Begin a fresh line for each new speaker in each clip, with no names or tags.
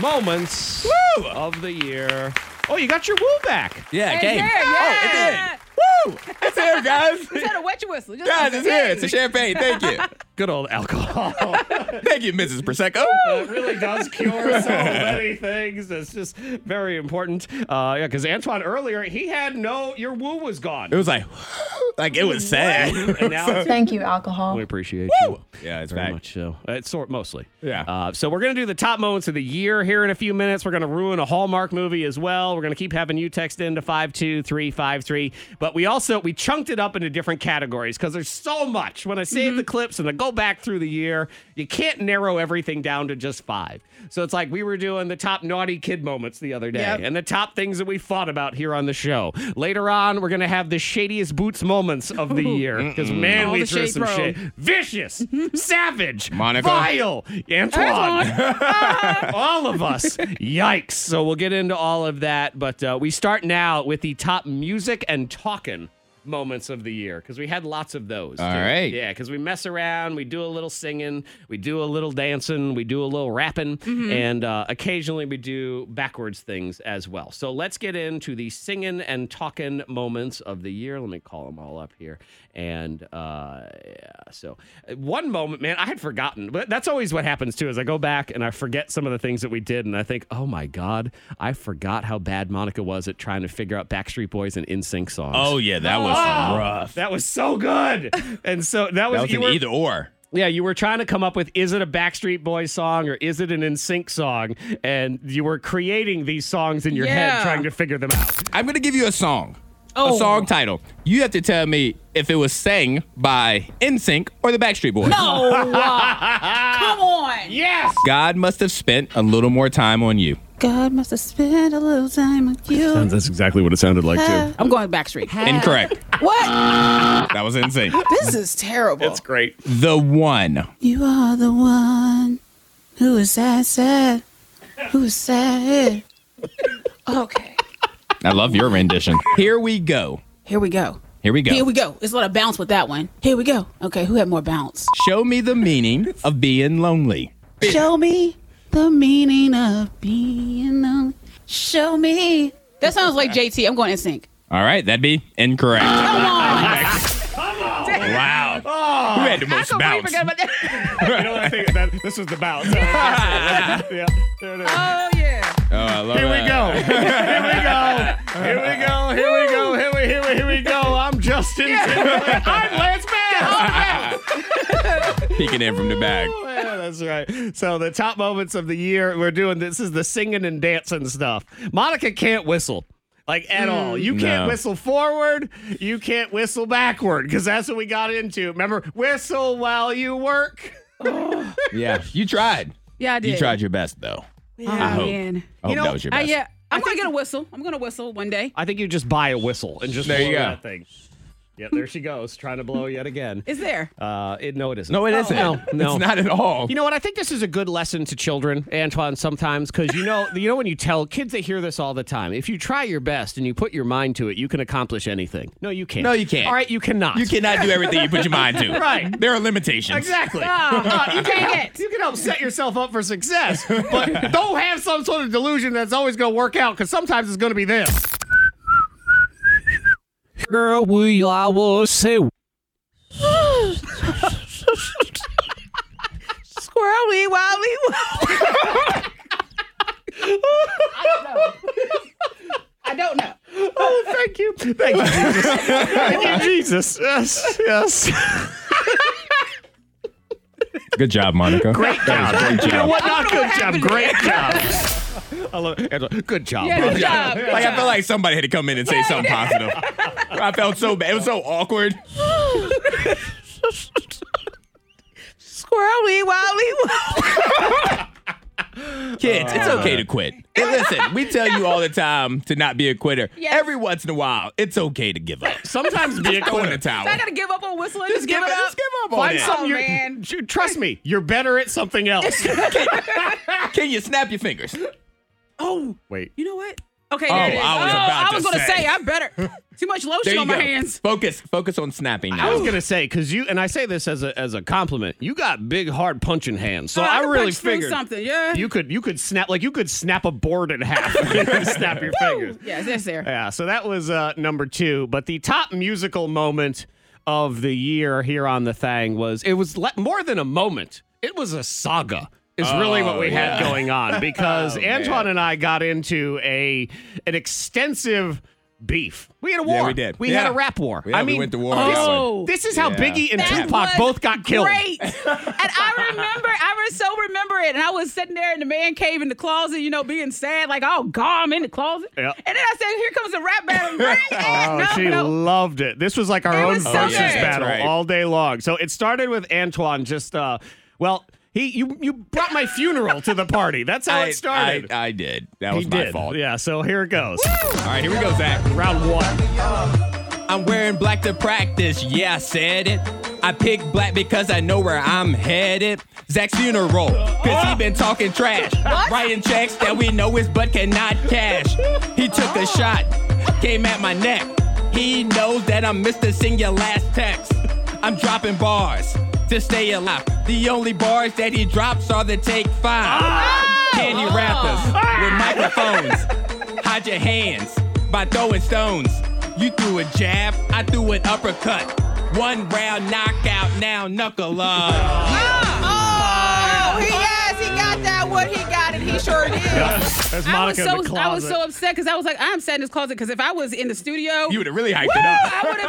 moments of the year. Oh, you got your woo back.
Yeah,
It's
game.
there,
Oh, it did.
yeah.
Woo! It's here, guys.
Instead of wet your whistle. Just
guys, it's here. It's a champagne. Thank you.
Good old alcohol.
Thank you, Mrs. Prosecco.
it really does cure so many things. It's just very important. Uh, yeah, because Antoine earlier he had no. Your woo was gone.
It was like, like it was sad.
and now it's,
Thank you, alcohol.
we appreciate you.
yeah, it's
Very
back.
much so. Uh, It's sort mostly.
Yeah.
Uh, so we're gonna do the top moments of the year here in a few minutes. We're gonna ruin a Hallmark movie as well. We're gonna keep having you text in to five two three five three. But we also we chunked it up into different categories because there's so much. When I save
Mm-hmm.
the clips and I go back through the year, you can't narrow everything down to just five. So it's like we were doing the top naughty kid moments the other day
Yep.
and the top things that we fought about here on the show. Later on, we're gonna have the shadiest boots moments of the year because man,
All
we
the
threw
shade
some
thrown.
shade vicious, savage,
Monica.
vile, Antoine, all of us. Yikes! So we'll get into all of that, but uh, we start now with the top music and talking moments of the year because we had lots of those.
All
too.
right.
Yeah, because we mess around, we do a little singing, we do a little dancing, we do a little rapping, and uh, occasionally we do backwards things as well. So let's get into the singing and talking moments of the year. Let me call them all up here. And uh, yeah, so uh, one moment, man, I had forgotten, but that's always what happens too. Is I go back and I forget some of the things that we did, and I think, oh my god, I forgot how bad Monica was at trying to figure out Backstreet Boys and NSYNC songs.
Oh yeah, that was rough.
That was so good. And so that was,
That was
you
an
were-
either or.
Yeah, you were trying to come up with is it a Backstreet Boys song or is it an NSYNC song? And you were creating these songs in your head
Yeah.
trying to figure them out.
I'm gonna give you a song.
Oh.
A song title. You have to tell me if it was sang by NSYNC or the Backstreet Boys.
No.
Oh,
Come on.
Yes!
God must have spent a little more time on you.
God must have spent a little time with you.
That's exactly what it sounded like, too.
I'm going Backstreet.
Incorrect.
What?
That was NSYNC.
This is terrible. It's
Great.
The one.
You are the one who is sad, sad, who's sad. Okay,
I love your rendition. Here we go.
here we go.
Here we go.
Here we go. It's a lot of bounce with that one. Here we go. Okay, who had more bounce?
Show me the meaning of being lonely.
Show me the meaning of being lonely. Show me. That sounds like JT. I'm going in sync.
All right, that'd be incorrect.
Come on.
Wow.
Oh.
Who had the most bounce?
You know what I think? That, this was the bounce. yeah, there it is.
Oh yeah.
Oh, I love
Here we
that.
go. Here we go. Here we go. Here we go. Here we here we here we go. I'm Justin. Timberlake. I'm Lance Bass.
Peeking in from the back.
Yeah, that's right. So the top moments of the year, we're doing this is the singing and dancing stuff. Monica can't whistle. Like at all. You can't
Mm, No.
whistle forward. You can't whistle backward because that's what we got into. Remember, whistle while you work.
Yeah, you tried.
Yeah, I did.
You tried your best, though.
Yeah,
I hope.
man.
I hope that was your
I-
best.
yeah, I'm gonna get a whistle. I'm gonna whistle one day.
I think you just buy a whistle and just
There
blow
you go.
that thing. Yeah, there she goes, trying to blow yet again.
It's there.
Uh, it, no, it isn't.
No, it isn't.
No, no.
It's not at all.
You know what? I think this is a good lesson to children, Antoine. Sometimes, because you know, you know when you tell kids, they hear this all the time. If you try your best and you put your mind to it, you can accomplish anything. No, you can't.
No, you can't.
All right, you cannot.
you cannot do everything you put your mind to.
Right.
There are limitations.
Exactly.
Ah,
you, can
dang
help,
it.
you can help set yourself up for success, but don't have some sort of delusion that's always going to work out because sometimes it's going to be this. Girl, we I will say
Squirrely, wildly. I don't know.
Oh, thank you. Thank you, Jesus. thank you, Jesus. Yes, yes.
Good job, Monica. Great job. Great
You know
job.
what? Not good job.
happened.
Great job. I love it. Angela, Good job.
Yeah, good job. Good
Like,
job.
I felt like somebody had to come in and say something positive. I felt so bad. It was so awkward.
Squirrely, wildly.
Kids, it's
Uh-huh.
okay to quit. And listen, we tell you all the time to not be a quitter.
Yes.
Every once in a while, it's okay to give up.
Sometimes be a
Throw in the
quitter.
towel.
I gotta give up on whistling. Just,
give
give it
it-
up.
just give up on
Find
it.
something
Oh,
you're,
man.
dude, trust me, you're better at something else.
Can you snap your fingers?
Oh,
Wait.
you know what? Okay, there
Oh,
it is.
I was
oh,
about
I was
to
gonna
say.
say I better. Too much
There
lotion
you
on
go.
my hands.
Focus, focus on snapping
I was
now.
gonna say because you and I say this as a as a compliment. You got big, hard punching hands, so
Oh,
I,
can
really
punch through
figured
something. Yeah.
you could you could snap like you could snap a board in half, and snap your fingers.
yes, that's there.
Yeah, so that was uh, number two. But the top musical moment of the year here on the thing was it was le- more than a moment. It was a saga. Is really what
Oh,
we had going on because Antoine and I got into a an extensive beef. We had a war.
we did.
We
Yeah.
had a rap war.
Yeah,
I
we
mean,
went to war
This,
on that
one.
this is how
Yeah.
Biggie and
That
Tupac
was
both got killed.
Great. and I remember, I was so remember it. And I was sitting there in the man cave in the closet, you know, being sad, like, oh, God, I'm in the closet.
Yep.
And then I said, here comes a rap battle. Right?
Oh,
no,
she
no.
loved it. This was like our
It
own
was so
versus
good. Yeah, that's
battle
right.
all day long. So it started with Antoine just uh well, he you you brought my funeral to the party. That's how
I,
it started.
I, I did. That
he
was my
did.
fault.
Yeah, so here it goes.
All right, here we go, Zach.
Round 1.
I'm wearing black to practice. Yeah, I said it. I pick black because I know where I'm headed. Zach's funeral, cause he been talking trash. Writing checks that we know his butt cannot cash. He took a shot, came at my neck. He knows that I'm Mr. Sing your last text. I'm dropping bars to stay alive. The only bars that he drops are the take five. Candy rappers with microphones. Hide your hands by throwing stones. You threw a jab, I threw an uppercut. One round knockout, now knuckle up.
Ah.
Oh, he yes, he got that one. He got it. He sure did.
That's
I was
Monica in the
so I was
closet.
so upset because I was like, I'm sat in this closet because if I was in the studio,
You would have really hyped
woo,
it up.
I would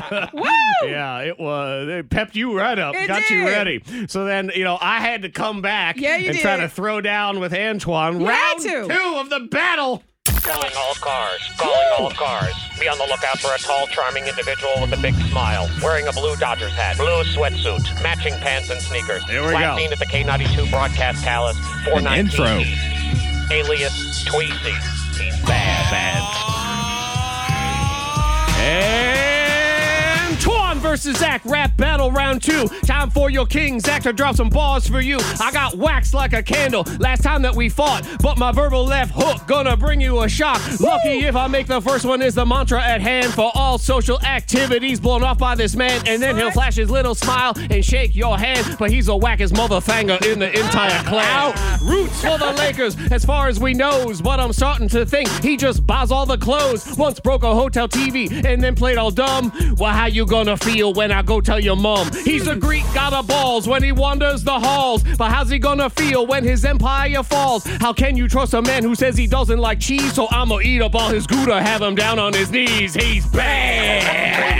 have, yeah, woo.
Yeah, it was. It pepped you right up,
It
got you
did.
ready. So then, you know, I had to come back
Yeah, you
and try
did.
to throw down with Antoine.
had
Round
to.
two of the battle.
Calling all cars. Calling all cars. Be on the lookout for a tall, charming individual with a big smile, wearing a blue Dodgers hat, blue sweatsuit, matching pants and sneakers.
Here we
Last
go.
seen at the K92 broadcast palace, 419
intro.
East. Alias Tweezy. He's bad, bad.
Antoine versus Zach, rap battle round two. Time for your king. Zach to drop some balls for you. I got waxed like a candle last time that we fought, but my verbal left hook gonna bring you a shock. Lucky if I make the first one is the mantra at hand for all social activities blown off by this man, and then he'll flash his little smile and shake your hand, but he's a wackest motherfanger in the entire cloud. Roots for the Lakers, as far as we knows, but I'm starting to think he just buys all the clothes. Once broke a hotel TV and then played all dumb. Well, how you gonna feel when I go tell your mom? He's a Greek god of balls when he wanders the halls, but how's he gonna feel when his empire falls? How can you trust a man who says he doesn't like cheese? So I'ma eat up all his gouda, have him down on his knees. He's bad.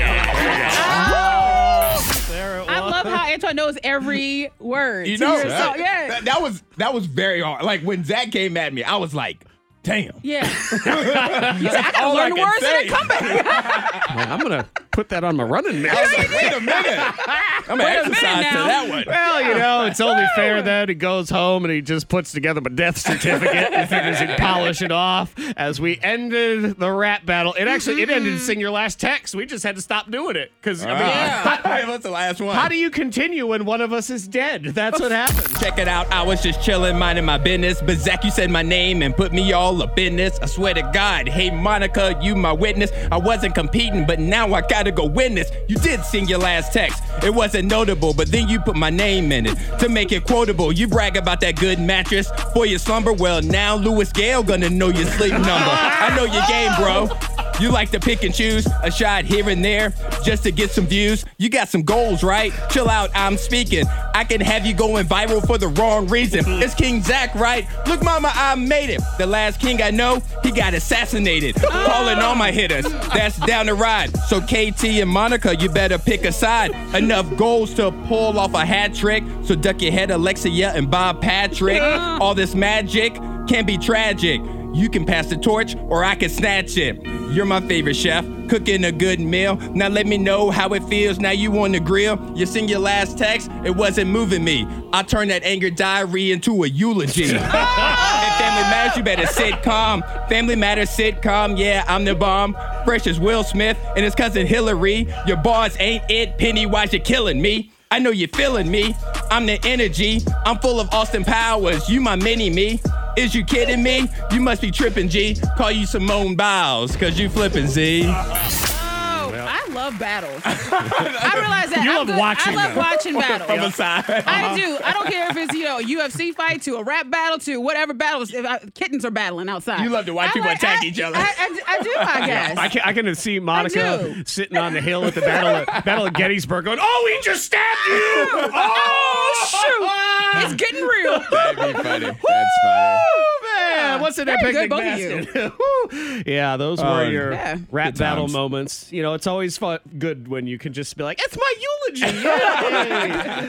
There it
I love how Antoine knows every word. to your song. Oh, yeah,
that, that was that was very hard. Like when Zach came at me, I was like, damn.
yeah.
I
gotta learn the words and then come
back.
I'm gonna put that on my running
I was like, wait a minute. I'm gonna
minute
exercise to
now.
that one.
Well, you know, it's only fair that he goes home and he just puts together my death certificate and figures he'd polish it off. As we ended the rap battle, it actually it ended. Sing your last text. We just had to stop doing it because I mean,
Ah, What's the last one?
how do you continue when one of us is dead? That's what happens.
Check it out. I was just chilling, minding my business. But Zach, you said my name and put me all up in this. I swear to God. Hey, Monica, you my witness. I wasn't competing, but now I gotta go win this. You did sing your last text. It wasn't notable, but then you put my name in it to make it quotable. You brag about that good mattress for your slumber. Well, now Lewis Gale gonna know your sleep number. I know your game, bro. You like to pick and choose a shot here and there just to get some views. You got some goals, right? Chill out, I'm speaking. I can have you going viral for the wrong reason. It's King Zach, right? Look, mama, I made it. The last king I know, he got assassinated. Calling all my hitters. That's down the ride. So, KT and Monica, you better pick a side. Enough goals to pull off a hat trick. So, duck your head, Alexia and Bob Patrick. All this magic can be tragic. You can pass the torch or I can snatch it. You're my favorite chef, cooking a good meal. Now let me know how it feels. Now you on the grill. You sing your last text, it wasn't moving me. I turned that anger diary into a eulogy. and Family Matters, you better sit calm. Family Matters, sit calm. Yeah, I'm the bomb. Fresh as Will Smith and his cousin Hillary. Your bars ain't it, Pennywise, you're killing me. I know you're feeling me. I'm the energy. I'm full of Austin Powers. You my mini me. Is you kidding me? You must be tripping, G. Call you Simone Biles, cause you flipping, Z.
Oh, I love battles. I realize that.
You
I'm
love
good-
watching
I love
them.
watching battles.
From a side. Uh-huh.
I do. I don't care if it's you know a UFC fight to a rap battle to whatever battles. If I, kittens are battling outside,
You love to watch
I
people attack
I-
each other.
I, I, I do. I guess.
I can, I can see
do.
Monica sitting on the hill at the Battle of, Battle of Gettysburg going, Oh, he just stabbed you!
Oh shoot! it's getting real.
That'd be funny. That's funny.
Man, what's in that
Very
picnic
good, both of you.
basket? Woo. yeah, those were your
Yeah.
rap
Um, Good
battle
times.
moments. You know, it's always fun, good when you can just be like, "It's my eulogy." Yay.